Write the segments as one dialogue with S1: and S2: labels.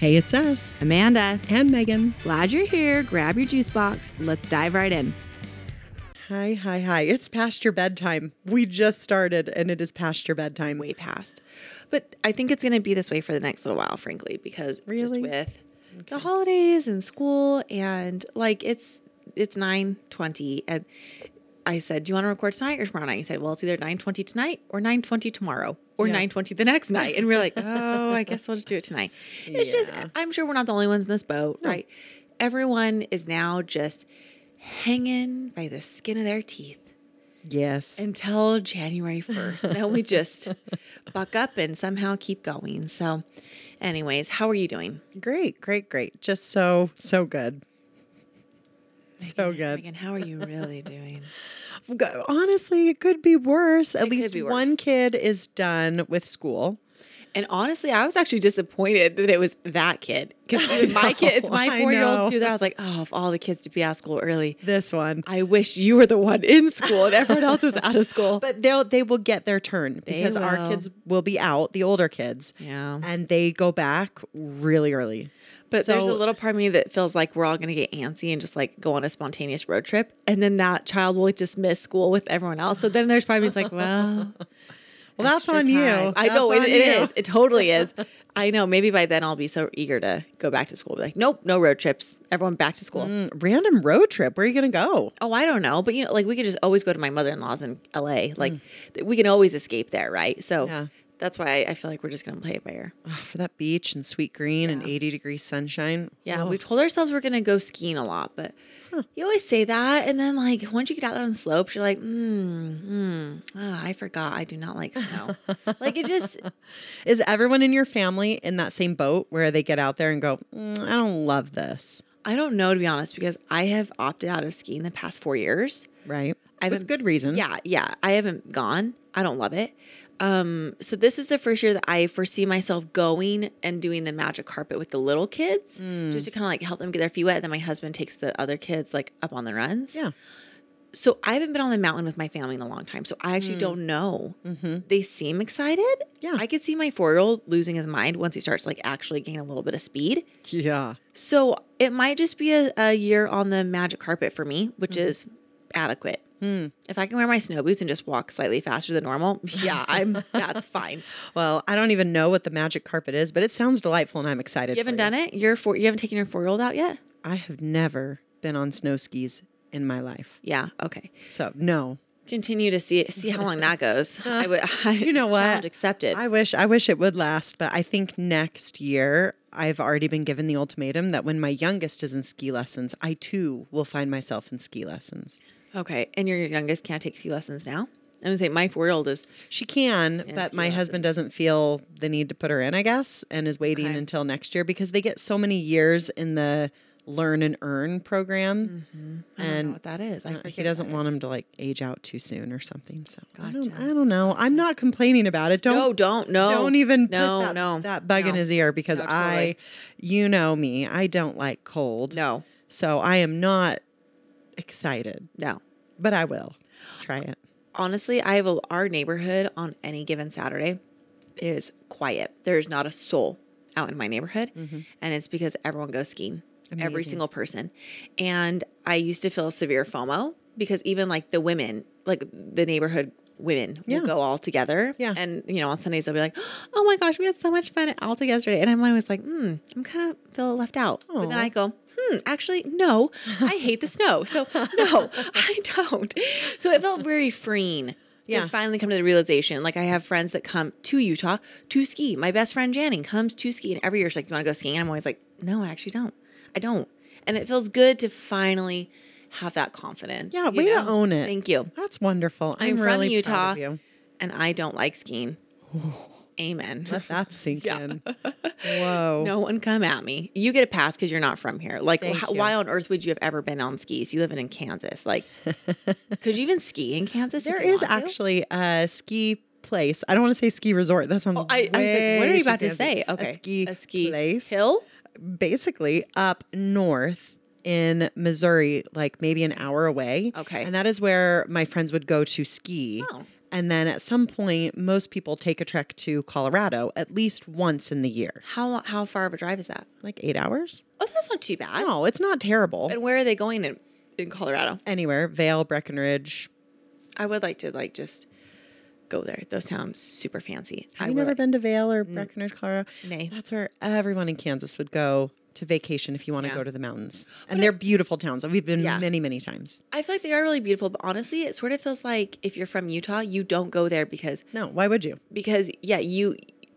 S1: Hey, it's us
S2: Amanda,
S1: and Megan.
S2: glad you're here. Grab your juice box. Let's dive right in.
S1: Hi, hi, hi. It's past your bedtime. We just started and it is past your bedtime.
S2: Way past. But I think it's going to be this way for the next little while, frankly, because just
S1: Really?
S2: with the holidays and school and like it's it's 9:20 and I said, "Do you want to record tonight or tomorrow night?" He said, "Well, it's either 9:20 tonight or 9:20 tomorrow or
S1: Yeah.
S2: 9:20 the next night." And we're like, "Oh, I guess we'll just do it tonight." It's just
S1: Yeah.
S2: I'm sure we're not the only ones in this boat, right? Everyone is now just hanging by the skin of their teeth
S1: Yes.
S2: until January 1st. Now we just buck up and somehow keep going. So, anyways, how are you doing?
S1: great, great, great. Just so, so good. So good.
S2: Megan, how are you really doing?
S1: Go- Honestly, it could be worse. At
S2: could
S1: least
S2: be
S1: one
S2: worse.
S1: kid is done with school.
S2: And honestly, I was actually disappointed that it was that kid. Because my kid, it's
S1: know,
S2: my
S1: I
S2: four year
S1: know.
S2: old too, that I was like, oh, of all the kids to be out of school early,
S1: This one.
S2: I wish you were the one in school and everyone else was out of school.
S1: But they'll they will get their turn because our
S2: will.
S1: kids will be out, the older kids.
S2: Yeah.
S1: And they go back really early.
S2: But there's a
S1: So-
S2: little part of me that feels like we're all going to get antsy and just like go on a spontaneous road trip. And then that child will just miss school with everyone else. So then there's probably it's like, well,
S1: Well, that's
S2: extra
S1: on you.
S2: time. I
S1: That's
S2: know it,
S1: on
S2: it
S1: you.
S2: is. It totally is. I know. Maybe by then I'll be so eager to go back to school. Be like, nope, no road trips. Everyone back to school.
S1: Mm. Random road trip. Where are you going to go?
S2: Oh, I don't know. But you know, like we could just always go to my mother in law's in LA. Like th- we can always escape there, right? So
S1: Mm. Yeah.
S2: that's why I, I feel like we're just going to play it by ear.
S1: Oh, for that beach and sweet green and 80 degree sunshine.
S2: Yeah,
S1: Oh,
S2: we've told ourselves we're gonna go skiing a lot, but you always say that, and then like once you get out there on the slopes, you're like, hmm, hmm, ah, I forgot, I do not like snow. like it just,
S1: Is everyone in your family in that same boat where they get out there and go, "Mm, I don't love this?
S2: I don't know to be honest, because I have opted out of skiing the past four years.
S1: Right.
S2: I've
S1: With
S2: been-
S1: good reason.
S2: Yeah, yeah, I haven't gone. I don't love it. Um, so this is the first year that I foresee myself going and doing the magic carpet with the little kids,
S1: Hmm.
S2: just to kind of like help them get their feet wet. And then my husband takes the other kids like up on the runs.
S1: Yeah.
S2: So I haven't been on the mountain with my family in a long time. So I actually don't know. They seem excited.
S1: Hmm. Mm-hmm. Yeah.
S2: I could see my four year old losing his mind once he starts like actually gaining a little bit of speed.
S1: Yeah.
S2: So it might just be a, a year on the magic carpet for me, which
S1: Mm-hmm.
S2: is adequate.
S1: Hmm.
S2: If I can wear my snow boots and just walk slightly faster than normal, yeah, I'm that's fine.
S1: Well, I don't even know what the magic carpet is, but it sounds delightful and I'm excited.
S2: You haven't done it? You're four you haven't taken your four year old out yet?
S1: I have never been on snow skis in my life.
S2: Yeah. Okay.
S1: So, no.
S2: Continue to see see how long that goes. I would
S1: Uh, You know what?
S2: challenge accepted.
S1: I wish I wish it would last, but I think next year I've already been given the ultimatum that when my youngest is in ski lessons, I too will find myself in ski lessons.
S2: Okay. And your youngest can't take ski lessons now? I'm going to say my four year old is,
S1: She can, but
S2: ski
S1: my husband doesn't feel the need to put her in, I guess, and is waiting
S2: Okay.
S1: until next year because they get so many years in the learn and earn program.
S2: I don't know
S1: And
S2: what that is. Mm, I
S1: uh,
S2: forget
S1: he doesn't want him to like age out too soon or something. So I don't
S2: Gotcha.
S1: I don't know. I'm not complaining about it. Don't
S2: No, don't, no.
S1: don't even
S2: No,
S1: put that,
S2: no.
S1: that bug in
S2: no.
S1: his ear because
S2: No, totally.
S1: I you know me, I don't like cold.
S2: No,
S1: So I am not excited,
S2: no.
S1: but I will try it.
S2: Honestly, I have a, our neighborhood on any given Saturday is quiet. There's not a soul out in my neighborhood. And it's because everyone goes skiing, every
S1: Mm-hmm. Amazing.
S2: single person. And I used to feel severe FOMO because even like the women, like the neighborhood women
S1: Yeah.
S2: will go all together.
S1: Yeah.
S2: And, you know, on Sundays they'll be like, oh my gosh, we had so much fun at Alta yesterday. And I'm always like, hmm, I'm kind of feel left out. But then
S1: Aw.
S2: I go, hmm, actually, no, I hate the snow. So no, I don't. So it felt very freeing
S1: Yeah.
S2: to finally come to the realization. Like I have friends that come to Utah to ski. My best friend Janning comes to ski, and every year she's like, "You want to go skiing?" And I'm always like, "No, I actually don't. I don't." And it feels good to finally have that confidence.
S1: Yeah,
S2: you
S1: way to
S2: know?
S1: own it.
S2: Thank you.
S1: That's wonderful. I'm,
S2: I'm, from
S1: really
S2: Utah,
S1: proud of you.
S2: and I don't like skiing. Amen.
S1: Let that sink in. Whoa.
S2: No one come at me. You get a pass because you're not from here. Like,
S1: Thank
S2: wh-
S1: you.
S2: why on earth would you have ever been on skis? You live in Kansas. Like, could you even ski in Kansas? if
S1: There
S2: you
S1: is
S2: want to?
S1: actually a ski place. I don't want to say ski resort. That sounds.
S2: Oh, I, I was like, what are
S1: way
S2: you about
S1: too
S2: to
S1: fancy.
S2: say? Okay,
S1: A ski,
S2: a ski
S1: place.
S2: hill.
S1: Basically, up north in Missouri, like maybe an hour away.
S2: Okay.
S1: And that is where my friends would go to ski.
S2: Oh.
S1: And then at some point, most people take a trek to Colorado at least once in the year,
S2: How how far of a drive is that?
S1: like eight hours.
S2: Oh, that's not too bad.
S1: No, it's not terrible.
S2: And where are they going in in Colorado?
S1: Anywhere, Vale, Breckenridge.
S2: I would like to like just go there. Those sound super fancy.
S1: Have
S2: I
S1: you
S2: would
S1: never
S2: like-
S1: been to Vale or Breckenridge, Colorado?
S2: Nay.
S1: That's where everyone in Kansas would go to vacation if you want to
S2: Yeah.
S1: go to the mountains. And they're beautiful towns. We've been
S2: Yeah.
S1: many, many times.
S2: I feel like they are really beautiful, but honestly, it sort of feels like if you're from Utah, you don't go there because
S1: No, why would you?
S2: because yeah, you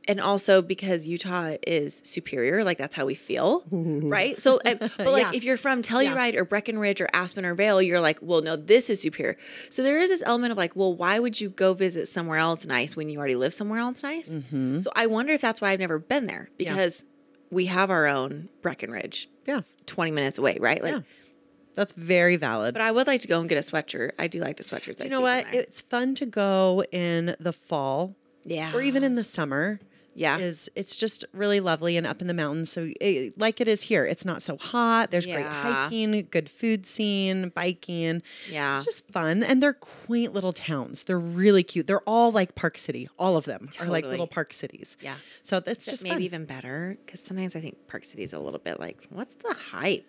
S2: and also because Utah is superior, like that's how we feel, right? So, uh, but like
S1: Yeah.
S2: if you're from Telluride or Breckenridge or Aspen or Vale, you're like, well, no, this is superior. So there is this element of like, well, why would you go visit somewhere else nice when you already live somewhere else nice?
S1: Mm-hmm.
S2: So I wonder if that's why I've never been there because we have our own Breckenridge,
S1: Yeah,
S2: 20 minutes away, right? Like,
S1: Yeah. that's very valid.
S2: but I would like to go and get a sweatshirt. I do like the sweatshirts. I
S1: you know
S2: see from
S1: what?
S2: there.
S1: It's fun to go in the fall
S2: yeah,
S1: or even in the summer.
S2: yeah,
S1: Is it's just really lovely and up in the mountains. So it, like it is here, it's not so hot. There's great
S2: Yeah.
S1: hiking, good food scene, biking.
S2: yeah.
S1: It's just fun. And they're quaint little towns. They're really cute. They're all like Park City. All of them are like
S2: Totally.
S1: little park cities.
S2: Yeah.
S1: So that's just
S2: just maybe
S1: fun.
S2: even better because sometimes I think Park City's a little bit like, what's the hype?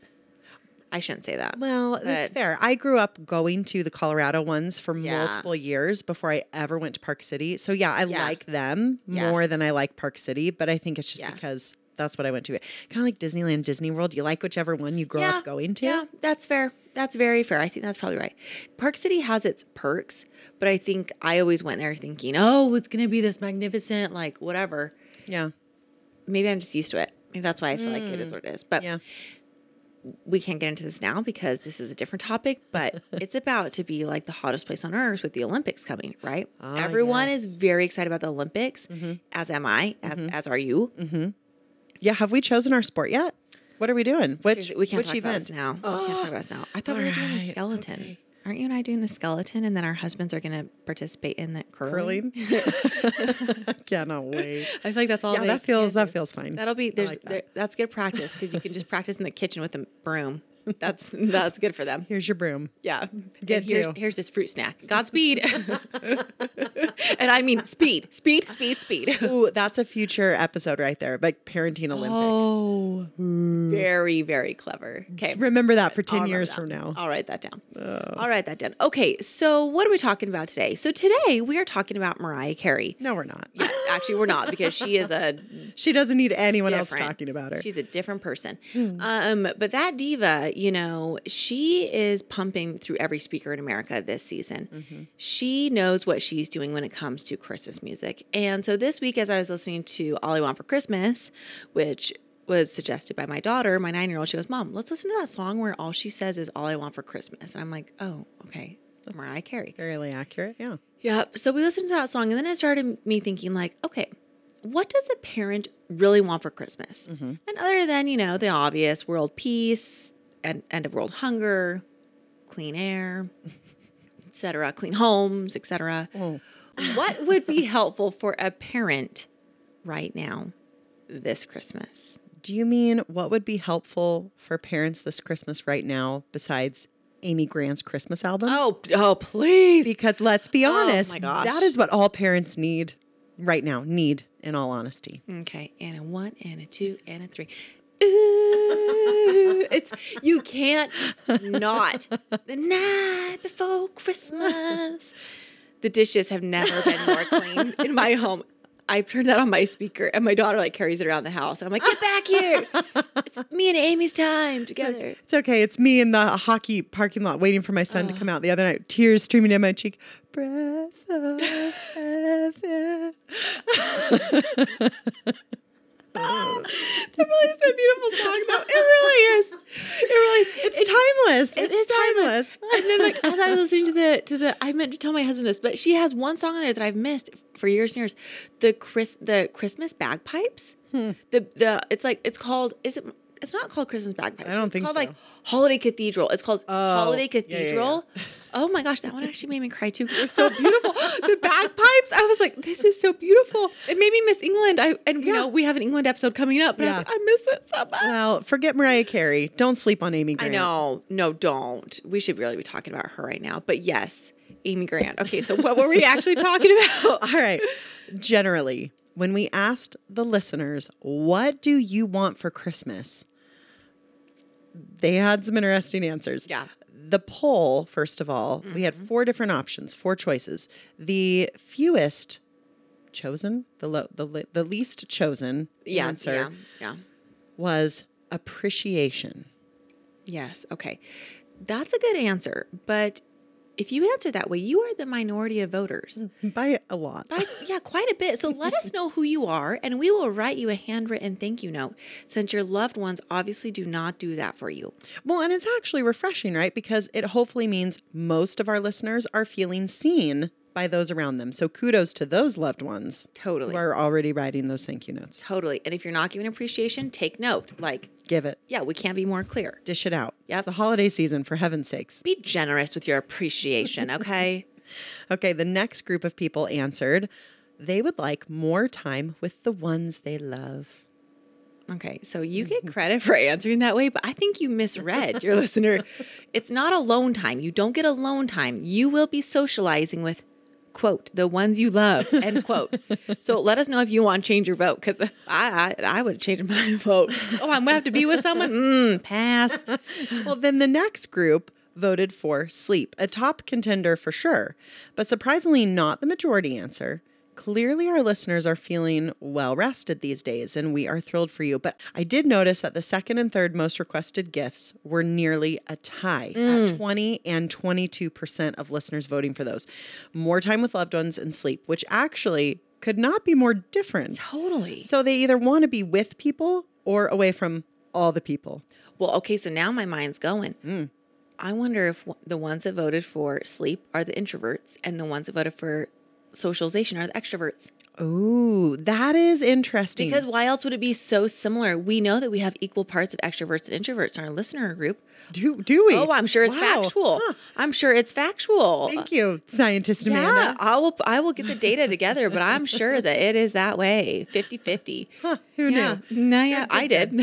S2: I shouldn't say that.
S1: Well, that's
S2: But-
S1: fair. I grew up going to the Colorado ones for
S2: Yeah.
S1: multiple years before I ever went to Park City. So yeah, I
S2: Yeah.
S1: like them
S2: Yeah.
S1: more than I like Park City, but I think it's just
S2: Yeah.
S1: because that's what I went to. Kind of like Disneyland, Disney World. You like whichever one you grow up going to.
S2: Yeah, that's fair. That's very fair. I think that's probably right. Park City has its perks, but I think I always went there thinking, oh, it's going to be this magnificent, like whatever.
S1: Yeah.
S2: Maybe I'm just used to it. Maybe that's why I feel like it is what it is. But
S1: Mm. Yeah.
S2: we can't get into this now because this is a different topic, but it's about to be like the hottest place on earth with the Olympics coming, right?
S1: Ah, Mm-hmm.
S2: Everyone is very excited about the Olympics, as am I, as, as are you.
S1: Yeah. Have we chosen our sport yet? What are we doing? Which
S2: Seriously, we can't
S1: which
S2: talk about
S1: event
S2: this now. We can't talk about this now. I thought we were doing the
S1: Alright,
S2: skeleton. Aren't you and I doing the skeleton? And then our husbands are going to participate in the curling.
S1: Curling. I cannot wait.
S2: I feel like that's all.
S1: Yeah,
S2: they
S1: that feels
S2: can
S1: that feels fine.
S2: That'll be there's there, that's good practice because you can just practice in the kitchen with a broom. That's that's good for them.
S1: Here's your broom.
S2: Yeah.
S1: Get
S2: And here's,
S1: to.
S2: here's this fruit snack. Godspeed. and I mean speed, speed, speed, speed.
S1: Ooh, that's a future episode right there. But parenting Olympics.
S2: Oh, very, very clever. Okay.
S1: Remember that for
S2: I'll
S1: 10
S2: remember
S1: years
S2: that.
S1: from now.
S2: I'll write that down. I'll write that down. Okay. So, what are we talking about today? So, today we are talking about Mariah Carey.
S1: No, we're not.
S2: Actually, we're not because she is a
S1: She doesn't need anyone else
S2: different.
S1: talking about her. Hmm.
S2: She's a different person. Um, but that diva, you know, she is pumping through every speaker in America this season.
S1: Mm-hmm.
S2: She knows what she's doing when it comes to Christmas music. And so this week, as I was listening to All I Want for Christmas, which was suggested by my daughter, my nine year old, she goes, Mom, let's listen to that song where all she says is All I Want for Christmas. And I'm like, Oh, okay. Mariah Carey.
S1: fairly accurate. Yeah.
S2: Yep. So we listened to that song, and then it started me thinking, like, okay, what does a parent really want for Christmas? And other than you know the obvious, world peace and end of world hunger, clean air, etc., clean homes, etc. What would be helpful for a parent right now, this Christmas?
S1: Do you mean what would be helpful for parents this Christmas right now besides Amy Grant's Christmas album?
S2: Oh, oh, please.
S1: Because let's be honest,
S2: my gosh.
S1: that is what all parents need right now, need in all honesty.
S2: Okay, and a one, and a two, and a three. Ooh, it's you can't not the night before Christmas. The dishes have never been more clean in my home. I turned that on my speaker, and my daughter like carries it around the house, and I'm like, "Get back here! It's me and Amy's time together."
S1: It's okay. It's me in the hockey parking lot waiting for my son to
S2: Uh.
S1: come out the other night, tears streaming down my cheek. Breath of heaven.
S2: It really is a beautiful song, though. It really is. It really is.
S1: It's timeless.
S2: It
S1: it's
S2: is timeless. and then, like, as I was listening to the to the, I meant to tell my husband this, but she has one song on there that I've missed for years and years. The Chris, the Christmas bagpipes.
S1: Hmm.
S2: The the it's like it's called. Is it? It's not called Christmas bagpipes.
S1: I don't
S2: it's
S1: think
S2: called
S1: so. Oh,
S2: like Holiday Cathedral. It's called Holiday
S1: yeah, yeah, yeah.
S2: Cathedral. Oh my gosh, that one actually made me cry too. 'cause It was so beautiful. the bagpipes. I was like, this is so beautiful. It made me miss England. I and you
S1: Yeah.
S2: know we have an England episode coming up, but I
S1: Yeah.
S2: was like, I miss it so much.
S1: Well, forget Mariah Carey. Don't sleep on Amy
S2: I
S1: Grant.
S2: know. No, don't. We should really be talking about her right now. But yes, Amy Grant. Okay, so what were we actually talking about?
S1: All right. Generally, when we asked the listeners, what do you want for Christmas? They had some interesting answers.
S2: Yeah. Mm-hmm.
S1: The poll, first of all, we had four different options, four choices. The fewest chosen, the lo- the, le- the least chosen
S2: Yeah,
S1: answer
S2: yeah, yeah.
S1: was appreciation.
S2: Yes. Okay. That's a good answer. But if you answer that way, you are the minority of voters.
S1: By a lot.
S2: By, yeah, quite a bit. So let us know who you are, and we will write you a handwritten thank you note since your loved ones obviously do not do that for you.
S1: Well, and it's actually refreshing, right? Because it hopefully means most of our listeners are feeling seen by those around them. So kudos to those loved ones
S2: Totally.
S1: who are already writing those thank you notes.
S2: Totally. And if you're not giving appreciation, take note. Like,
S1: Give it,
S2: yeah, we can't be more clear.
S1: dish it out.
S2: Yep.
S1: It's the holiday season, for heaven's sakes.
S2: Be generous with your appreciation, okay?
S1: Okay, the next group of people answered they would like more time with the ones they love.
S2: Okay, so you get credit for answering that way, but I think you misread your listener. It's not alone time. You don't get alone time. You will be socializing with, quote, the ones you love, end quote. so let us know if you want to change your vote because I, I, I would change my vote. Oh, I'm going to have to be with someone? Mm, pass.
S1: well, then the next group voted for sleep, a top contender for sure, but surprisingly not the majority answer. Clearly, our listeners are feeling well rested these days, and we are thrilled for you. But I did notice that the second and third most requested gifts were nearly a tie at 20 and 22% of listeners voting for those. More time with loved ones and sleep, which actually could not be more different.
S2: Totally.
S1: So they either want to be with people or away from all the people.
S2: Well, okay, so now my mind's going. I wonder if w- the ones that voted for sleep are the introverts and the ones that voted for socialization are the extroverts.
S1: Oh, that is interesting.
S2: Because why else would it be so similar? We know that we have equal parts of extroverts and introverts in our listener group.
S1: do do we?
S2: Oh, I'm sure it's
S1: Wow.
S2: factual.
S1: Huh.
S2: I'm sure it's factual.
S1: Thank you, scientist
S2: yeah,
S1: Amanda.
S2: I will I will get the data together, but I'm sure that it is that way. 50-50.
S1: Huh, who
S2: yeah.
S1: knew?
S2: No, yeah, I did.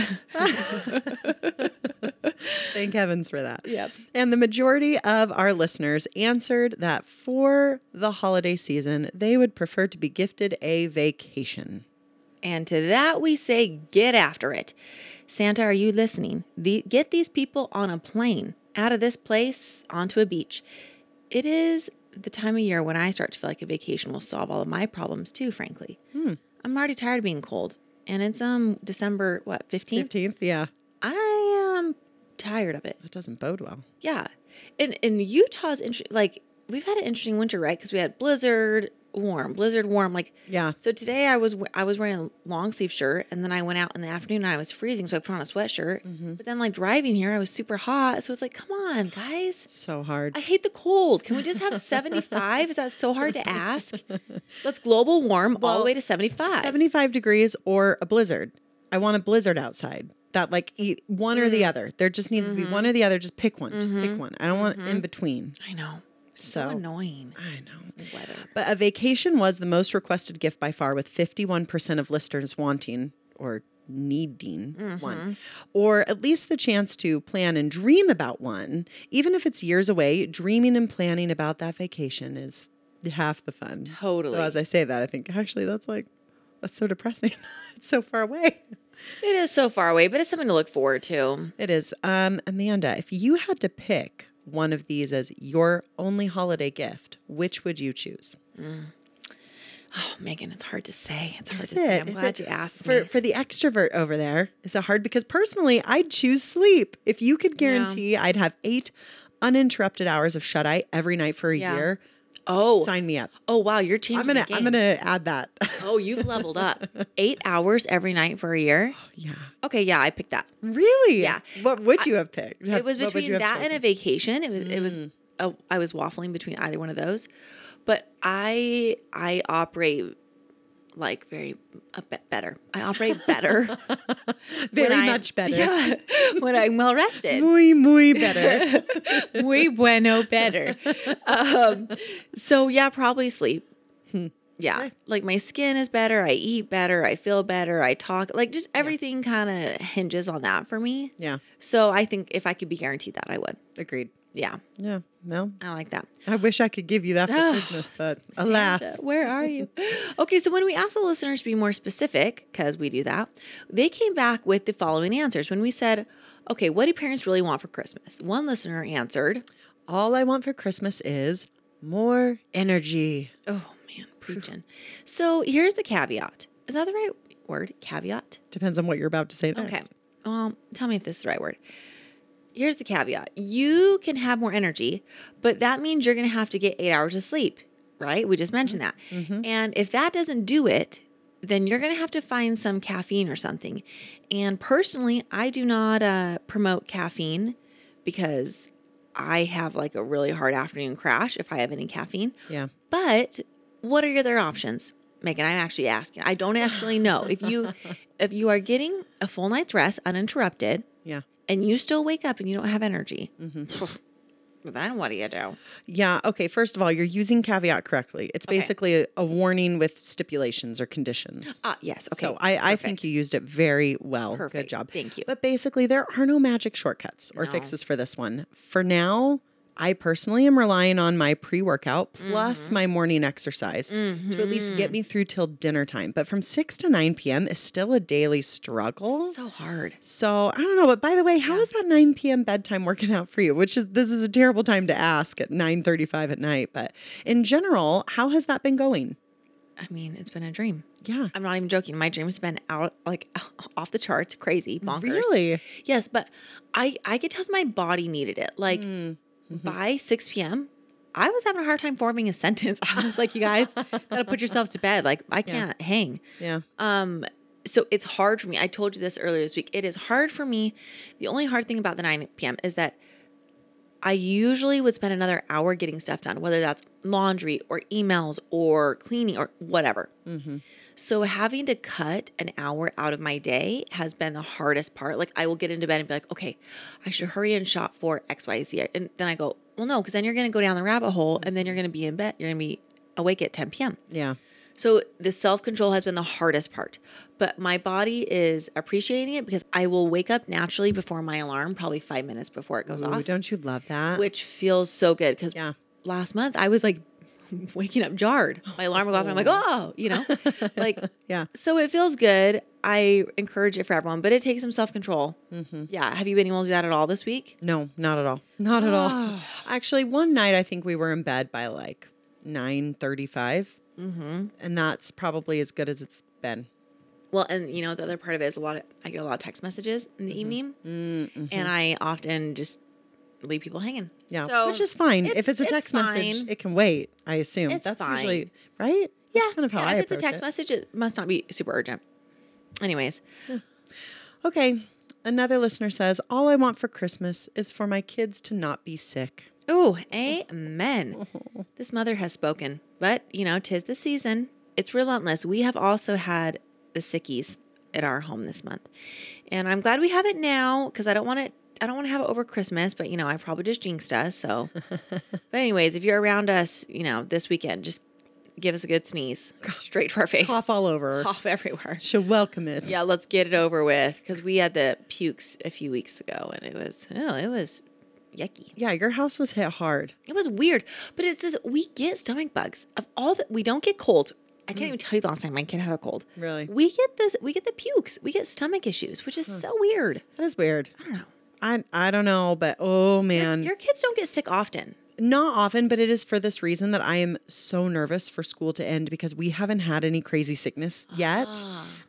S1: Thank heavens for that.
S2: Yep.
S1: And the majority of our listeners answered that for the holiday season, they would prefer to be gifted a vacation.
S2: And to that we say, get after it. Santa, are you listening? The, get these people on a plane out of this place onto a beach. It is the time of year when I start to feel like a vacation will solve all of my problems too, frankly. I'm already tired of being cold. And it's um December what, 15th?
S1: 15th, yeah.
S2: I am tired of it.
S1: That doesn't bode well.
S2: Yeah. And and Utah's interesting like we've had an interesting winter, right? Because we had blizzard, warm, blizzard, warm, like
S1: Yeah.
S2: so today I was I was wearing a long sleeve shirt, and then I went out in the afternoon and I was freezing, so I put on a sweatshirt. But then like driving here, I was super hot, so it's like, come on, guys.
S1: So hard.
S2: I hate the cold. Can we just have 75? Is that so hard to ask? Let's global warm all the way to 75.
S1: 75 degrees or a blizzard. I want a blizzard outside. That like e one or
S2: Mm.
S1: the other. There just needs
S2: Mm-hmm.
S1: to be one or the other. Just pick one. Just pick one. I don't want in between.
S2: I know. So,
S1: So
S2: annoying.
S1: I know.
S2: Weather.
S1: But a vacation was the most requested gift by far, with 51% of listeners wanting or needing one, or at least the chance to plan and dream about one. Even if it's years away, dreaming and planning about that vacation is half the fun.
S2: Totally.
S1: So as I say that, I think actually that's like, that's so depressing. it's so far away.
S2: It is so far away, but it's something to look forward to.
S1: It is. Um, Amanda, if you had to pick one of these as your only holiday gift, which would you choose?
S2: Oh, Megan, it's hard to say. It's hard
S1: Is
S2: to say.
S1: it?
S2: I'm
S1: Is it-
S2: glad you asked
S1: for
S2: me.
S1: for the extrovert over there. Is it hard? Because personally, I'd choose sleep. If you could guarantee I'd have eight uninterrupted hours of shut eye every night for a
S2: Yeah.
S1: year,
S2: Oh,
S1: sign me up.
S2: oh wow, you're changing.
S1: I'm gonna
S2: the game.
S1: I'm gonna add that.
S2: Oh, you've leveled up. Eight hours every night for a year.
S1: yeah.
S2: Okay, yeah, I picked that.
S1: Really?
S2: Yeah.
S1: What would you have picked?
S2: It was between that and a vacation. It was. It was. A, I was waffling between either one of those, but I I operate like very a bit better. I operate better. when
S1: a very
S2: I'm-
S1: much better.
S2: Yeah, when I'm well rested.
S1: Muy, muy better.
S2: Muy bueno better. Um, so yeah, probably sleep. Hmm. Yeah, like my skin is better. I eat better. I feel better. I talk like just everything kind of hinges on that for me.
S1: yeah.
S2: So I think if I could be guaranteed that, I would.
S1: Agreed.
S2: yeah,
S1: Yeah. No.
S2: I like that.
S1: I wish I could give you that for
S2: Ah,
S1: Christmas, but
S2: Santa,
S1: alas.
S2: where are you? okay, so when we asked the listeners to be more specific, because we do that, they came back with the following answers. When we said, okay, what do parents really want for Christmas? One listener answered,
S1: All I want for Christmas is more energy.
S2: oh man, preaching. so here's the caveat. Is that the right word? Caveat?
S1: Depends on what you're about to say next.
S2: Okay. Well, tell me if this is the right word. Here's the caveat you can have more energy, but that means you're going to have to get eight hours of sleep, right? We just mentioned that. And if that doesn't do it, then you're going to have to find some caffeine or something. And personally, I do not uh, promote caffeine because I have like a really hard afternoon crash if I have any caffeine.
S1: Yeah.
S2: But what are your other options? Megan, I'm actually asking. I don't actually know. If you if you are getting a full night's rest uninterrupted
S1: Yeah.
S2: and you still wake up and you don't have energy, then what do you do?
S1: Yeah. Okay. First of all, you're using caveat correctly. It's
S2: Okay.
S1: basically a, a warning with stipulations or conditions.
S2: Ah, yes. Okay.
S1: So I, I think you used it very well. Good
S2: Perfect.
S1: job.
S2: Thank you.
S1: But basically, there are no magic shortcuts or
S2: No.
S1: fixes for this one. For now, I personally am relying on my pre workout plus
S2: Mm-hmm.
S1: my morning exercise to at least get me through till dinner time. But from 6 to 9 p.m. is still a daily struggle.
S2: so hard.
S1: So I don't know, but by the way, how is that 9 p.m. bedtime working out for you? Which is this is a terrible time to ask at 9:35 at night, but in general, how has that been going?
S2: I mean, it's been a dream.
S1: Yeah,
S2: I'm not even joking. My dream's been out like off the charts, crazy, bonkers.
S1: really.
S2: Yes, but I I could tell that my body needed it. Like by 6 p.m., I was having a hard time forming a sentence. I was like, you guys gotta put yourselves to bed. Like I can't hang.
S1: Yeah,
S2: Um, so it's hard for me. I told you this earlier this week. It is hard for me. The only hard thing about the 9 p.m. is that I usually would spend another hour getting stuff done, whether that's laundry or emails or cleaning or whatever. So having to cut an hour out of my day has been the hardest part. Like I will get into bed and be like, okay, I should hurry and shop for XYZ. And then I go, well, no, because then you're going to go down the rabbit hole and then you're going to be in bed. You're going to be awake at 10 p.m.
S1: yeah.
S2: So the self control has been the hardest part, but my body is appreciating it because I will wake up naturally before my alarm, probably five minutes before it goes
S1: Ooh,
S2: off,
S1: don't you love that?
S2: which feels so good. Because
S1: Yeah.
S2: last month I was like waking up jarred. My alarm would go off, and I'm like, oh, you know, like
S1: yeah.
S2: so it feels good. I encourage it for everyone, but it takes some self control.
S1: Mm-hmm.
S2: Yeah. Have you been able to do that at all this week?
S1: No, not at all. Not at all. Actually, one night I think we were in bed by like 9:35, mm-hmm. and that's probably as good as it's been.
S2: Well, and you know, the other part of it is a lot of, I get a lot of text messages in the
S1: Mm-hmm.
S2: evening
S1: Mm,
S2: and I often just leave people hanging.
S1: Yeah,
S2: So,
S1: which is fine.
S2: it's-
S1: if it's a
S2: it's
S1: text message,
S2: fine.
S1: it can wait. I assume
S2: It's
S1: that's
S2: fine.
S1: usually right.
S2: yeah.
S1: that's kind of how
S2: yeah,
S1: I
S2: if it's a
S1: approach
S2: text
S1: it.
S2: message, it must not be super urgent. Anyways,
S1: Okay. Another listener says, All I want for Christmas is for my kids to not be sick.
S2: oh, amen. This mother has spoken, but you know, tis the season. It's relentless. We have also had the sickies at our home this month, and I'm glad we have it now because I don't want it. I don't want to have it over Christmas, but you know, I probably just jinxed us. So, but anyways, if you're around us, you know, this weekend, just give us a good sneeze straight to our face,
S1: Cough all over.
S2: Cough everywhere.
S1: She'll welcome it.
S2: Yeah, let's get it over with because we had the pukes a few weeks ago, and it was oh, it was yucky.
S1: Yeah, your house was hit hard.
S2: It was weird, but it says we get stomach bugs of all that. We don't get cold. I
S3: Hmm.
S2: can't even tell you the last time my kid had a cold.
S1: Really?
S2: we get this. We get the pukes. We get stomach issues, which is so weird.
S1: That is weird.
S2: I don't know.
S1: I, I don't know, but oh man.
S2: Your kids don't get sick often.
S1: Not often, but it is for this reason that I am so nervous for school to end because we haven't had any crazy sickness yet.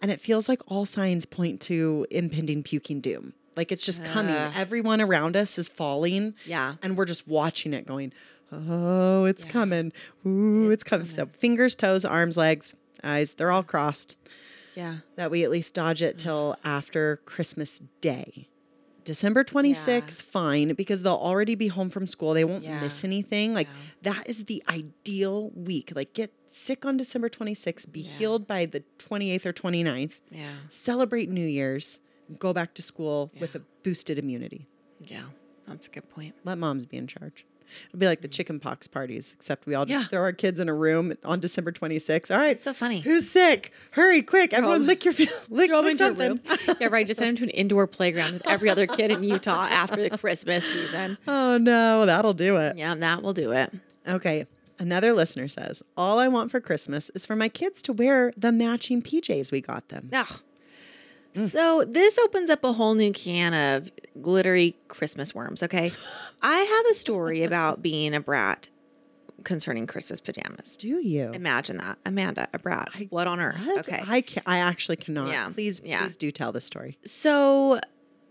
S1: And it feels like all signs point to impending puking doom. Like it's just coming. Everyone around us is falling.
S2: Yeah.
S1: And we're just watching it going, oh, it's coming. Ooh, it's, coming. So fingers, toes, arms, legs, eyes, they're all crossed
S2: Yeah.
S1: that we at least dodge
S2: Mm.
S1: it till after Christmas Day. December 26th, fine, because they'll already be home from school. They won't
S2: Yeah.
S1: miss anything. Like, that is the ideal week. Like, get sick on December 26th, be healed by the 28th or 29th,
S2: Yeah.
S1: celebrate New Year's, go back to school with a boosted immunity.
S2: Yeah. That's a good point.
S1: Let moms be in charge. It'll be like the chicken pox parties, except we all just
S2: Mm. Yeah.
S1: throw our kids in a room on December 26th. All right,
S2: so funny.
S1: who's sick? Hurry, quick! Everyone,
S2: them-
S1: lick your fe- lick,
S2: throw 'em
S1: lick
S2: into a
S1: something.
S3: yeah, right. Just send him to an indoor playground with every other kid in Utah after the Christmas season.
S1: Oh no, that'll do it.
S2: Yeah, that will do it.
S1: Okay. Another listener says, All I want for Christmas is for my kids to wear the matching PJs we got them.
S2: Ugh.
S1: Mm.
S2: So this opens up a whole new can of glittery Christmas worms, okay? I have a story about being a brat concerning Christmas pajamas.
S1: Do you?
S2: Imagine that. Amanda, a brat. what on earth?
S1: What?
S2: Okay.
S1: I, ca- I actually cannot.
S2: Yeah.
S1: Please,
S2: Yeah.
S1: please do tell the story.
S2: So,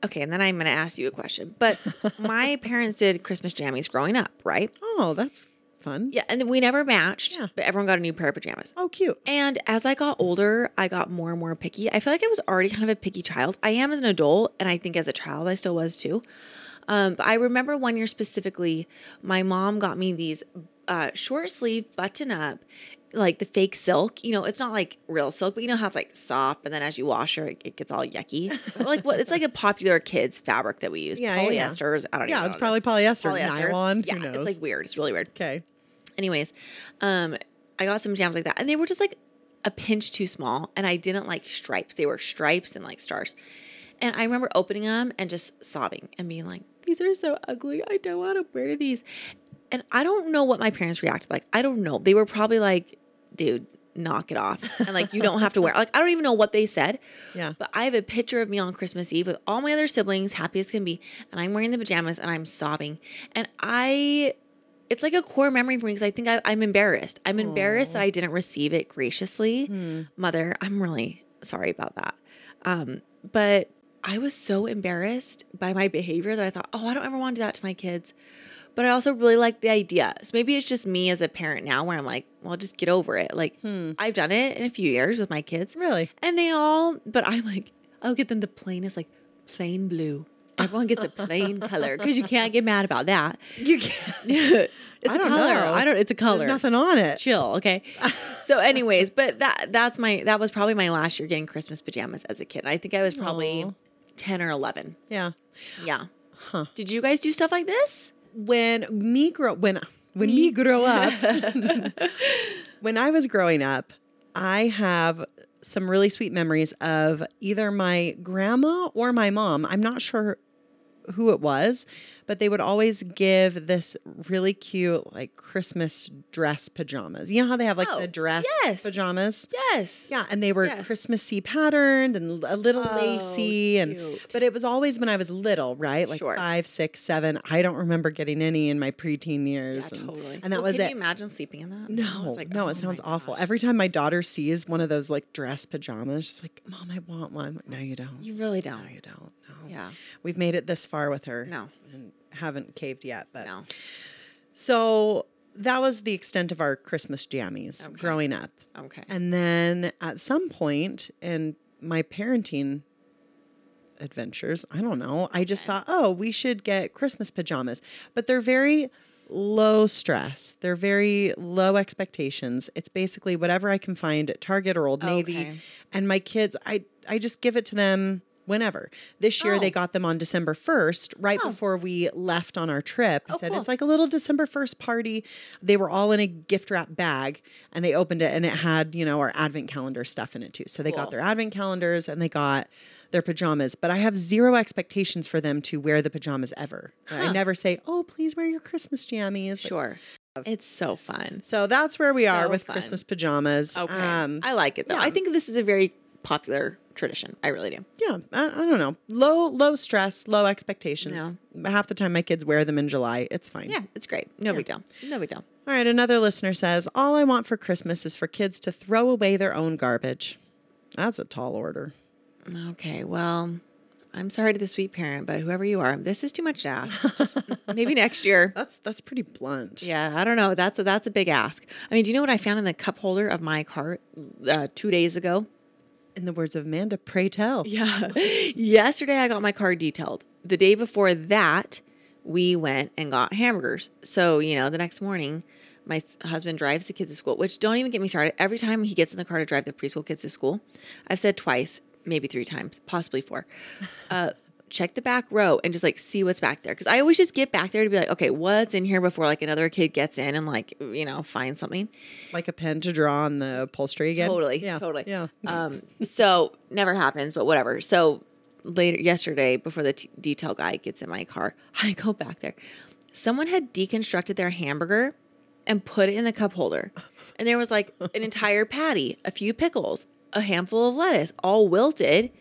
S2: okay, and then I'm going to ask you a question. But my parents did Christmas jammies growing up, right?
S1: Oh, that's fun.
S2: Yeah, and we never matched,
S1: Yeah.
S2: but everyone got a new pair of pajamas.
S1: Oh, cute.
S2: And as I got older, I got more and more picky. I feel like I was already kind of a picky child. I am as an adult, and I think as a child, I still was too. Um, but I remember one year specifically, my mom got me these uh, short sleeve button up, like the fake silk. You know, it's not like real silk, but you know how it's like soft, and then as you wash her, it, it gets all yucky. Or like what? It's like a popular kids fabric that we use.
S1: Yeah, yeah, yeah.
S2: polyester. I don't even know.
S1: Yeah, it's
S2: what
S1: probably
S2: it is.
S1: polyester,
S2: polyester.
S1: nylon.
S2: Yeah,
S1: Who knows?
S2: it's like weird. It's really weird.
S1: okay.
S2: Anyways, um, I got some jams like that, and they were just like a pinch too small, and I didn't like stripes. They were stripes and like stars. And I remember opening them and just sobbing and being like, "These are so ugly. I don't want to wear these." And I don't know what my parents reacted like. I don't know. They were probably like, "Dude, knock it off," and like, "You don't have to wear." Like, I don't even know what they said.
S1: Yeah.
S2: But I have a picture of me on Christmas Eve with all my other siblings, happy as can be, and I'm wearing the pajamas and I'm sobbing. And I, it's like a core memory for me because I think I, I'm embarrassed. I'm embarrassed that I didn't receive it graciously. Mother, I'm really sorry about that. Um, but I was so embarrassed by my behavior that I thought, oh, I don't ever want to do that to my kids. But I also really like the idea. So maybe it's just me as a parent now where I'm like, well, just get over it. Like, I've done it in a few years with my kids.
S1: Really?
S2: And they all, but I'm like, I'll get them the plainest, like plain blue. Everyone gets a plain color because you can't get mad about that.
S1: You can't.
S2: it's
S1: I
S2: a
S1: don't
S2: color.
S1: know.
S2: I don't. It's a color.
S1: There's nothing on it.
S2: Chill. Okay. so, anyways, but that that's my that was probably my last year getting Christmas pajamas as a kid. I think I was probably
S1: Aw.
S2: ten or eleven.
S1: Yeah.
S2: Yeah. Huh. Did you guys do stuff like this?
S1: when me grow when when me, grow up when I was growing up, I have some really sweet memories of either my grandma or my mom. I'm not sure who it was, but they would always give this really cute like Christmas dress pajamas. You know how they have like
S2: Oh,
S1: the dress
S2: yes.
S1: pajamas?
S2: Yes.
S1: Yeah, and they were
S2: Yes.
S1: Christmassy patterned and a little
S2: Oh,
S1: lacy, and
S2: cute.
S1: but it was always when I was little, right? Like
S2: Sure.
S1: five, six, seven. I don't remember getting any in my preteen years. and, And that
S2: Well,
S1: was
S2: can
S1: it.
S2: you imagine sleeping in that?
S1: no,
S2: It's like,
S1: no,
S2: oh my
S1: it sounds awful.
S2: gosh.
S1: Every time my daughter sees one of those like dress pajamas, she's like, "Mom, I want one." I'm like, no, you don't.
S2: You really
S1: no,
S2: don't.
S1: you don't. No.
S2: Yeah.
S1: We've made it this far with her.
S2: No.
S1: And haven't caved yet, but
S2: No.
S1: so that was the extent of our Christmas jammies
S2: Okay.
S1: growing up.
S2: Okay.
S1: And then at some point in my parenting adventures, I don't know, I just thought, oh, we should get Christmas pajamas. But they're very low stress, they're very low expectations. It's basically whatever I can find at Target or Old Navy.
S2: Okay.
S1: And my kids, I, I just give it to them. Whenever this year
S2: Oh.
S1: they got them on December 1st, right before we left on our trip, he
S2: Oh,
S1: said
S2: cool.
S1: it's like a little December 1st party. They were all in a gift wrap bag and they opened it and it had, you know, our advent calendar stuff in it too. So they got
S2: Cool.
S1: their advent calendars and they got their pajamas, but I have zero expectations for them to wear the pajamas ever. I never say, "Oh, please wear your Christmas jammies." Like,
S2: Sure. It's so fun.
S1: so that's where we are
S2: So
S1: with
S2: fun.
S1: Christmas pajamas.
S2: Okay.
S1: Um,
S2: I like it though. I think this is a very popular tradition. I really do.
S1: yeah, I, I don't know. Low low stress, low expectations. Half the time my kids wear them in July. It's fine.
S2: Yeah, it's great. No big deal. No big deal.
S1: All right, another listener says, All I want for Christmas is for kids to throw away their own garbage. That's a tall order.
S2: Okay. Well, I'm sorry to the sweet parent, but whoever you are, this is too much to ask. Just maybe next year.
S1: That's that's pretty blunt.
S2: Yeah, I don't know. That's a, that's a big ask. I mean, do you know what I found in the cup holder of my car uh, two days ago?
S1: In the words of Amanda, pray tell.
S2: Yeah. Yesterday, I got my car detailed. The day before that, we went and got hamburgers. So, you know, the next morning, my s- husband drives the kids to school, which don't even get me started. Every time he gets in the car to drive the preschool kids to school, I've said twice, maybe three times, possibly four. Uh, check the back row and just like see what's back there. Cause I always just get back there to be like, okay, what's in here before like another kid gets in and like, you know, find something.
S1: Like a pen to draw on the upholstery again.
S2: Totally,
S1: Yeah.
S2: totally.
S1: Yeah.
S2: Um, so never happens, but whatever. So later yesterday, before the t- detail guy gets in my car, I go back there. Someone had deconstructed their hamburger and put it in the cup holder, and there was like an entire patty, a few pickles, a handful of lettuce, all wilted.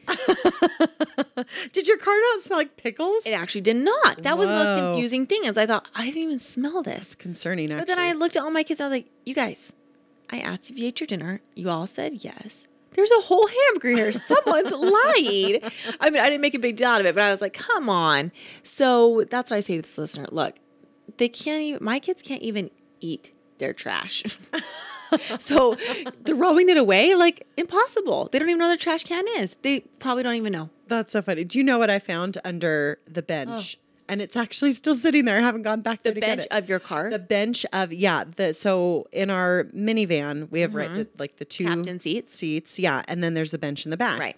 S1: Did your car not smell like pickles?
S2: It actually did not. That was the most
S1: Whoa.
S2: confusing thing. Is I thought I didn't even smell this.
S1: It's concerning, actually.
S2: But then I looked at all my kids and I was like, you guys, I asked if you ate your dinner. You all said yes. There's a whole hamburger here. Someone's lied. I mean, I didn't make a big deal out of it, but I was like, come on. So that's what I say to this listener. Look, they can't even, my kids can't even eat their trash. so throwing it away, like impossible. They don't even know where their trash can is. They probably don't even know.
S1: That's so funny. Do you know what I found under the bench? And it's actually still sitting there. I haven't gone back there
S2: Oh. The
S1: to
S2: bench
S1: get it.
S2: of your car,
S1: the bench of yeah. The so in our minivan we have right the, like the two
S2: Mm-hmm. captain seats.
S1: seats yeah, and then there's a bench in the back.
S2: Right.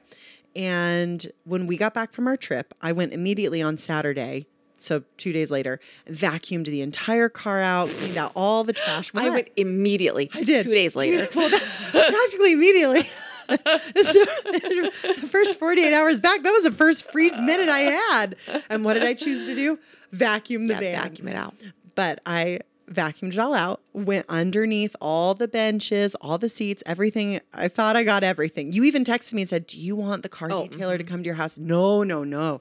S1: And when we got back from our trip, I went immediately on Saturday. So two days later, vacuumed the entire car out, cleaned out all the trash.
S2: I
S1: What?
S2: went immediately.
S1: I did.
S2: Two days
S1: Two-
S2: later.
S1: well, that's practically immediately. so, the first 48 hours back, that was the first free minute I had. And what did I choose to do? Vacuum the van.
S2: Vacuum it out.
S1: But I vacuumed it all out, went underneath all the benches, all the seats, everything. I thought I got everything. You even texted me and said, Do you want the car
S2: Oh,
S1: detailer
S2: mm-hmm.
S1: to come to your house? No, no, no.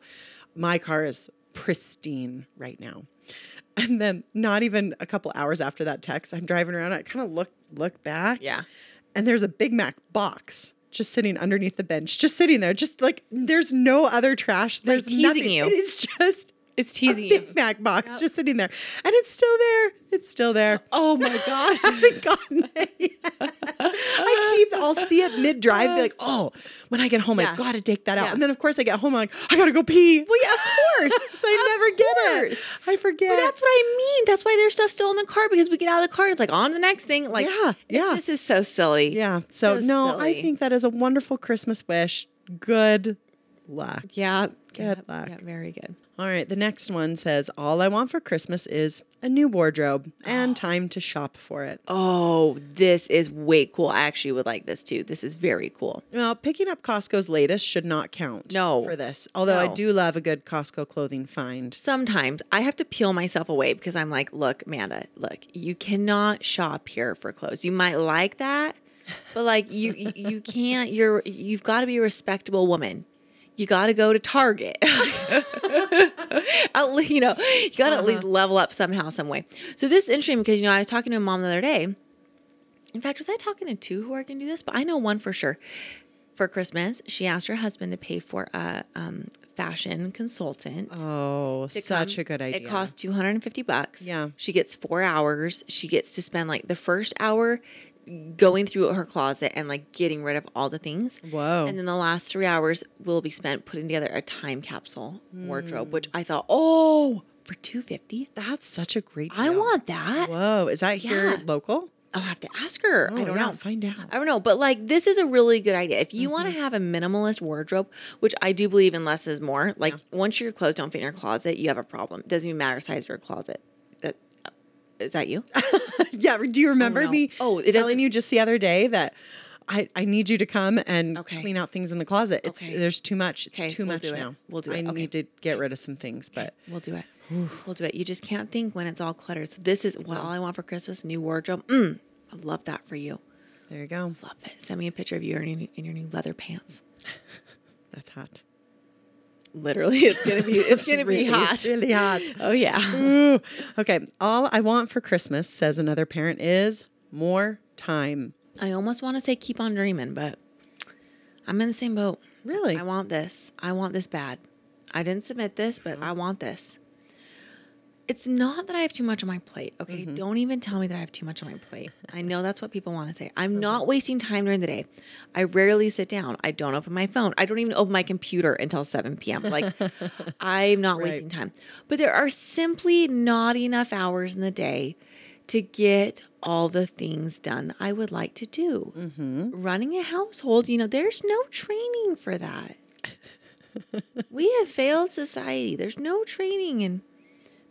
S1: My car is pristine right now. And then not even a couple hours after that text, I'm driving around. I kind of look look back.
S2: Yeah.
S1: And there's a Big Mac box just sitting underneath the bench, just sitting there. Just like there's no other trash. There's
S2: teasing
S1: nothing.
S2: you.
S1: It's just
S2: It's
S1: a
S2: teasing you.
S1: Big Mac box just sitting there. And it's still there. It's still there.
S2: Oh my gosh.
S1: I haven't gotten it yet. I keep, I'll see it mid drive, be like, oh, when I get home,
S2: Yeah.
S1: I've got to take that out.
S2: Yeah.
S1: And then, of course, I get home, I'm like, I got to go pee.
S2: well, yeah, of course.
S1: so I never
S2: course.
S1: get it. I forget.
S2: But that's what I mean. That's why there's stuff still in the car because we get out of the car and it's like on to the next thing. Like,
S1: Yeah, yeah.
S2: It just is so silly.
S1: yeah. So,
S2: So
S1: no, I
S2: silly.
S1: think that is a wonderful Christmas wish. Good luck.
S2: Yeah.
S1: Good
S2: yeah,
S1: luck.
S2: yeah, very good.
S1: All right, the next one says, All I want for Christmas is a new wardrobe and time to shop for it.
S2: Oh, this is way cool. I actually would like this too. This is very cool.
S1: Well, picking up Costco's latest should not count.
S2: No.
S1: for this. Although I
S2: No.
S1: do love a good Costco clothing find.
S2: Sometimes I have to peel myself away because I'm like, look, Amanda, look, you cannot shop here for clothes. You might like that, but like you you- you can't you're you've got to be a respectable woman. You got to go to Target. at least, you know, you got to at least level up somehow, some way. So this is interesting because, you know, I was talking to a mom the other day. In fact, was I talking to two who are going to do this? But I know one for sure. For Christmas, she asked her husband to pay for a um, fashion consultant.
S1: Oh,
S2: to
S1: such
S2: come.
S1: a good idea.
S2: Um, It costs 250 bucks.
S1: Yeah.
S2: She gets 4 hours. She gets to spend like the first hour going through her closet and like getting rid of all the things.
S1: Whoa.
S2: And then the last 3 hours will be spent putting together a time capsule wardrobe,
S1: Hmm.
S2: which I thought, "Oh, for 250?
S1: That's such a great.
S2: I
S1: deal.
S2: want that."
S1: Whoa, is that here
S2: Yeah.
S1: local?
S2: I'll have to ask her.
S1: Oh,
S2: I don't
S1: yeah,
S2: know.
S1: Find out.
S2: I don't know, but like this is a really good idea. If you
S1: Mm-hmm.
S2: want to have a minimalist wardrobe, which I do believe in less is more, like once your clothes don't fit in your closet, you have a problem. It doesn't even matter size of your closet. That uh, is that you?
S1: yeah. Do you remember
S2: no.
S1: me?
S2: Oh, it
S1: telling
S2: doesn't-
S1: you just the other day that. I, I need you to come and
S2: Okay.
S1: clean out things in the closet. It's
S2: Okay.
S1: there's too much. It's
S2: Okay,
S1: too
S2: we'll
S1: much
S2: do it.
S1: now.
S2: We'll do
S1: I
S2: it. Okay.
S1: need to get rid of some things, but
S2: We'll do it. We'll do it. You just can't think when it's all cluttered. So this is well, all I want for Christmas, new wardrobe. Mm, I love that for you.
S1: there you go.
S2: Love it. Send me a picture of you in your new, in your new leather pants.
S1: That's hot.
S2: Literally, it's gonna be it's gonna
S1: Really,
S2: be hot.
S1: Really hot.
S2: Oh yeah.
S1: Ooh. Okay. All I want for Christmas, says another parent, is more time.
S2: I almost want to say keep on dreaming, but I'm in the same boat.
S1: Really?
S2: I want this. I want this bad. I didn't submit this, but I want this. It's not that I have too much on my plate. Okay. Don't even tell me that I have too much on my plate. I know that's what people want to say. I'm not wasting time during the day. I rarely sit down. I don't open my phone. I don't even open my computer until 7 p.m. Like, I'm not wasting time. But there are simply not enough hours in the day to get all the things done that I would like to
S1: Mm-hmm.
S2: do. Running a household, you know, there's no training for that. we have failed society. There's no training and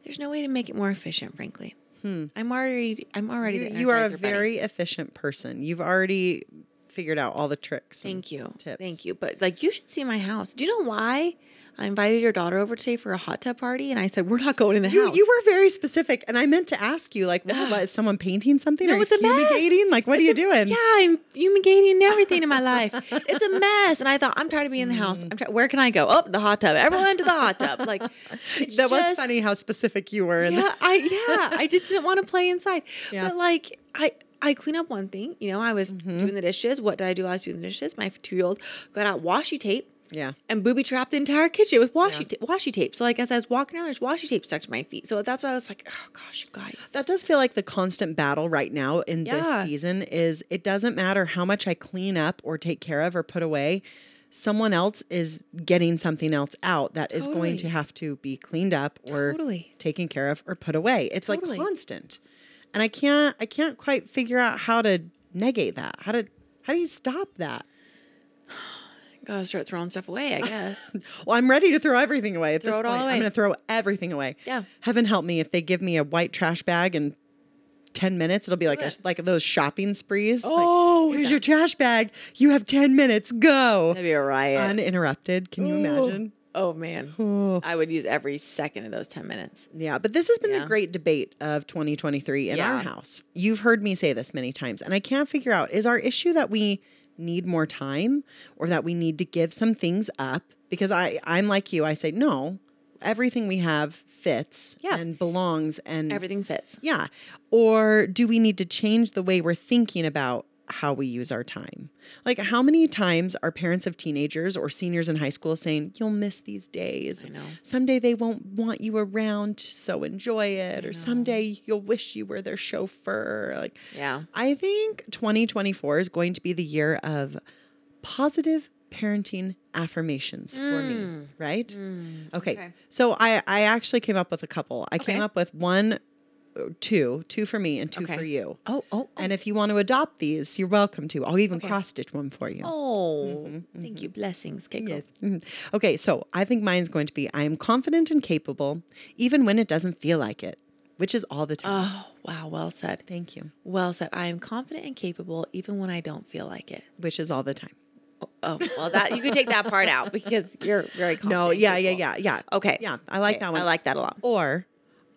S2: there's no way to make it more efficient, frankly. I'm already I'm already
S1: Hmm. You,
S2: the
S1: you are a
S2: energizer bunny.
S1: very efficient person. You've already figured out all the tricks. and-
S2: Thank you.
S1: tips.
S2: Thank you. But like you should see my house. Do you know why? I invited your daughter over today for a hot tub party and I said we're not going in the
S1: You,
S2: house.
S1: you were very specific, and I meant to ask you, like, wow, what, is someone painting something?
S2: No,
S1: or are you
S2: it's a mess.
S1: fumigating? Like, what are you doing?
S2: yeah, I'm fumigating and everything in my life. It's a mess. And I thought, I'm tired of being in the house. I'm tired. Where can I go? Oh, the hot tub. Everyone to the hot tub. Like, it's
S1: that was
S2: just-
S1: funny how specific you were. in
S2: Yeah, I yeah, I just didn't want to play inside.
S1: Yeah.
S2: But like I I clean up one thing, you know, I was doing the dishes. What did I do? while I was doing the dishes. My two year old got out washi tape
S1: yeah.
S2: and booby trapped the entire kitchen with washi ta- washi tape. So like as I was walking around, there's washi tape stuck to my feet. So that's why I was like, oh gosh, you guys.
S1: That does feel like the constant battle right now in this
S2: Yeah.
S1: season is it doesn't matter how much I clean up or take care of or put away, someone else is getting something else out that is going to
S2: Totally.
S1: have to be cleaned up or
S2: Totally.
S1: taken care of or put away. It's
S2: Totally.
S1: like constant. And I can't I can't quite figure out how to negate that. How to how do you stop that?
S2: Gotta start throwing stuff away, I guess.
S1: Well, I'm ready to throw everything away at
S2: Throw
S1: this
S2: it
S1: point.
S2: all
S1: I'm
S2: away.
S1: going to throw everything away.
S2: Yeah.
S1: Heaven help me if they give me a white trash bag in 10 minutes, it'll be like a,
S2: it.
S1: like those shopping sprees. Like,
S2: Oh,
S1: here's your trash bag. You have 10 minutes. Go.
S2: That'd be a riot.
S1: Uninterrupted. Can you imagine?
S2: oh man. I would use every second of those ten minutes.
S1: Yeah, but this has been the
S2: Yeah.
S1: great debate of 2023 in our
S2: Yeah.
S1: house. You've heard me say this many times, and I can't figure out is our issue that we need more time or that we need to give some things up? Because I, I'm like you, I say, no, everything we have fits
S2: Yeah.
S1: and belongs and
S2: Everything fits.
S1: Yeah. Or do we need to change the way we're thinking about how we use our time? Like, how many times are parents of teenagers or seniors in high school saying, You'll miss these days?
S2: I know.
S1: Someday they won't want you around, so enjoy it. Or someday you'll wish you were their chauffeur. Like,
S2: Yeah.
S1: I think 2024 is going to be the year of positive parenting affirmations for
S2: Mm.
S1: me, right? Okay.
S2: okay.
S1: So I I actually came up with a couple. I came
S2: Okay.
S1: up with one uh, two, two for me and two for
S2: Okay.
S1: you.
S2: Oh, oh, oh.
S1: And if you want to adopt these, you're welcome to. I'll even cross stitch one for you.
S2: Oh, thank you. Blessings, Keiko.
S1: Yes. Mhm. Okay, so I think mine's going to be I am confident and capable even when it doesn't feel like it, which is all the time.
S2: Oh, wow. Well said.
S1: Thank you.
S2: Well said. I am confident and capable even when I don't feel like it.
S1: Which is all the time.
S2: Oh, oh, well, that you could take that part out because you're very confident.
S1: No,
S2: and
S1: yeah, yeah,
S2: capable.
S1: yeah, yeah.
S2: Okay.
S1: Yeah, I like
S2: Okay,
S1: that one.
S2: I like that a lot.
S1: Or,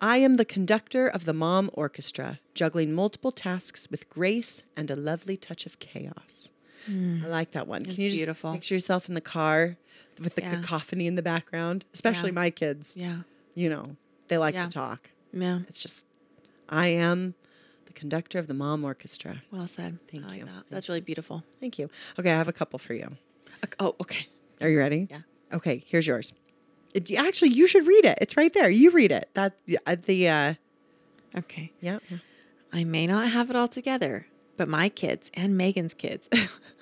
S1: I am the conductor of the mom orchestra, juggling multiple tasks with grace and a lovely touch of chaos. I like that one. Can you just
S2: Hmm. beautiful.
S1: picture yourself in the car with the
S2: Yeah.
S1: cacophony in the background? Especially
S2: Yeah.
S1: my kids,
S2: Yeah.
S1: you know, they like
S2: Yeah.
S1: to talk.
S2: Yeah.
S1: It's just, I am the conductor of the mom orchestra.
S2: Well said.
S1: Thank
S2: I like
S1: you.
S2: That.
S1: Thank
S2: That's really beautiful.
S1: Thank you. Okay, I have a couple for you.
S2: Ok- Oh, okay.
S1: Are you ready?
S2: Yeah.
S1: Okay, here's yours. It, actually, you should read it. It's right there. You read it. That uh, the uh,
S2: Okay.
S1: yeah. yeah.
S2: I may not have it all together, but my kids and Megan's kids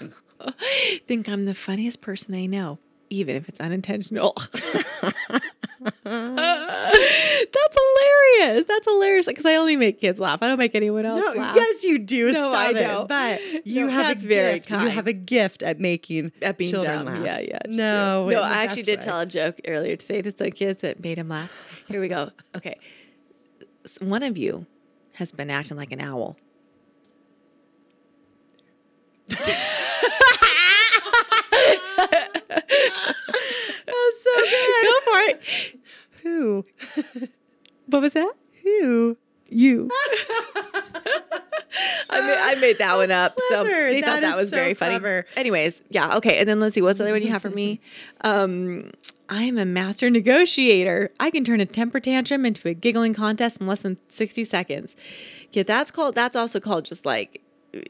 S2: think I'm the funniest person they know, even if it's unintentional. That's hilarious. That's hilarious because I only make kids laugh. I don't make anyone else
S1: No,
S2: laugh.
S1: yes, you do.
S2: No,
S1: stop
S2: I
S1: it.
S2: know.
S1: But you
S2: No,
S1: have
S2: that's
S1: a
S2: very
S1: gift. You
S2: kind.
S1: have a gift at making
S2: at being
S1: children
S2: dumb.
S1: laugh.
S2: Yeah, yeah. it's
S1: No,
S2: true.
S1: in
S2: no.
S1: the
S2: I actually
S1: best
S2: did
S1: way.
S2: tell a joke earlier today to some kids that made him laugh. Here we go. Okay, S- one of you has been acting like an owl.
S1: That's so good.
S2: Go for it.
S1: Who?
S2: What was that?
S1: Who?
S2: You. I made, I made that one up. So
S1: clever.
S2: they
S1: That
S2: thought
S1: is
S2: that was
S1: so
S2: very funny.
S1: clever.
S2: Anyways, yeah. Okay. And then let's see. What's the other one you have for me? Um, I am a master negotiator. I can turn a temper tantrum into a giggling contest in less than 60 seconds. Yeah, that's called, that's also called just like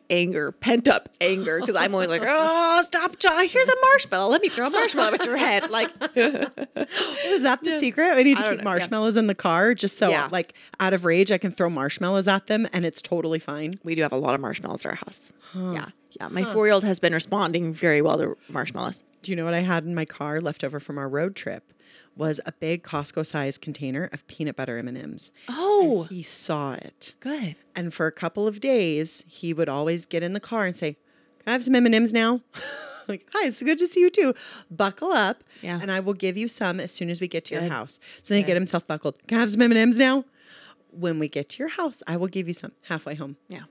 S2: anger, pent up anger. Cause I'm always like, oh, stop. John. Here's a marshmallow. Let me throw a marshmallow at your head. Like,
S1: Is that the secret? I need to
S2: I don't
S1: keep
S2: know. Yeah.
S1: marshmallows in the car just so,
S2: Yeah.
S1: like, out of rage, I can throw marshmallows at them and it's totally fine.
S2: we do have a lot of marshmallows at our house. Yeah. Yeah. My four year old has been responding very well to marshmallows.
S1: Do you know what I had in my car left over from our road trip? Was a big Costco-sized container of peanut butter M and M's.
S2: Oh,
S1: He saw it.
S2: good.
S1: And for a couple of days, he would always get in the car and say, "Can I have some M and M's now?" like, hi, it's good to see you too. Buckle up,
S2: Yeah.
S1: and I will give you some as soon as we get to your
S2: Good.
S1: house. So then he get himself buckled. Can I have some M&Ms now? When we get to your house, I will give you some halfway home.
S2: Yeah.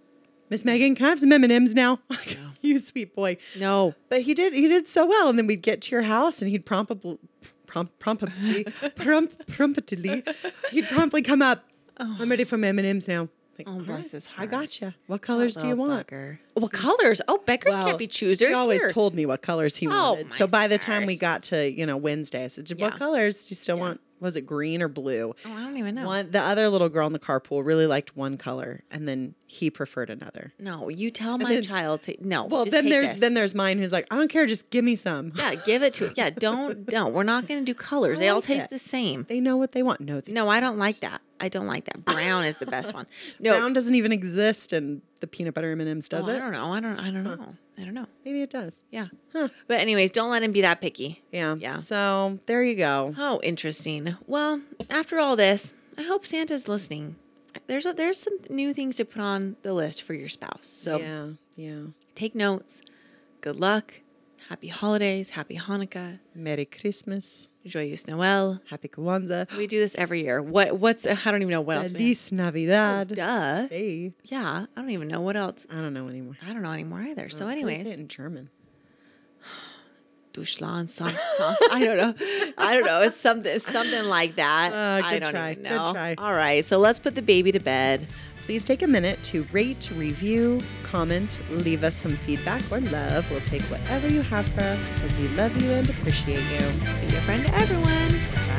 S1: Miss Megan, can I have some M&Ms now? you sweet boy.
S2: No.
S1: But he did he did so well, and then we'd get to your house, and he'd promptly, prompt, promptly, prompt, promptly, he'd promptly come up. I'm ready for my M and M's now. Like,
S2: Oh,
S1: "All
S2: bless his
S1: I
S2: heart.
S1: gotcha. What colors do you want?
S2: Well, colors. Oh, beggars
S1: Oh, Well,
S2: can't be choosers.
S1: He always
S2: Here.
S1: told me what colors he
S2: Oh,
S1: wanted.
S2: my
S1: So by the time
S2: stars.
S1: we got to you know Wednesday, I said,
S2: Yeah.
S1: "What colors do you still want? Was it green or blue?"
S2: Oh, I don't even know.
S1: One, the other little girl in the carpool really liked one color, and then he preferred another.
S2: No, you tell my child to no.
S1: Well,
S2: just
S1: then
S2: take
S1: there's
S2: this.
S1: then there's mine who's like, "I don't care, just give me some."
S2: yeah, give it to it. Yeah, don't no. We're not going to do colors.
S1: I
S2: They all
S1: like
S2: taste
S1: it.
S2: the same.
S1: They know what they want. No, they
S2: No, I don't like that. I don't like that. Brown is the best one. No,
S1: Brown doesn't even exist, and the peanut butter M and M's
S2: oh,
S1: does
S2: I
S1: it.
S2: don't know. I don't. I don't know. I don't know.
S1: Maybe it does.
S2: Yeah.
S1: Huh.
S2: But anyways, don't let him be that picky.
S1: Yeah.
S2: Yeah.
S1: So there you go.
S2: Oh, interesting. Well, after all this, I hope Santa's listening. There's a, there's some new things to put on the list for your spouse. So
S1: Yeah. Yeah.
S2: take notes. Good luck. Happy holidays. Happy Hanukkah.
S1: Merry Christmas.
S2: Joyous Noel.
S1: Happy Kwanzaa.
S2: We do this every year. What what's I don't even know what else. we have.
S1: Feliz
S2: Oh,
S1: Navidad.
S2: Duh.
S1: Hey.
S2: Yeah, I don't even know what else.
S1: I don't know anymore.
S2: I don't know anymore either. So,
S1: How do you say
S2: anyways,
S1: it in German.
S2: Duschlan, some, some, I don't know. I don't know. It's something, it's something like that.
S1: Uh,
S2: I
S1: good
S2: don't
S1: try.
S2: even
S1: Good
S2: know.
S1: try.
S2: All right, so let's put the baby to bed.
S1: Please take a minute to rate, review, comment, leave us some feedback or love. We'll take whatever you have for us because we love you and appreciate you.
S2: Be a friend to everyone.
S1: Bye.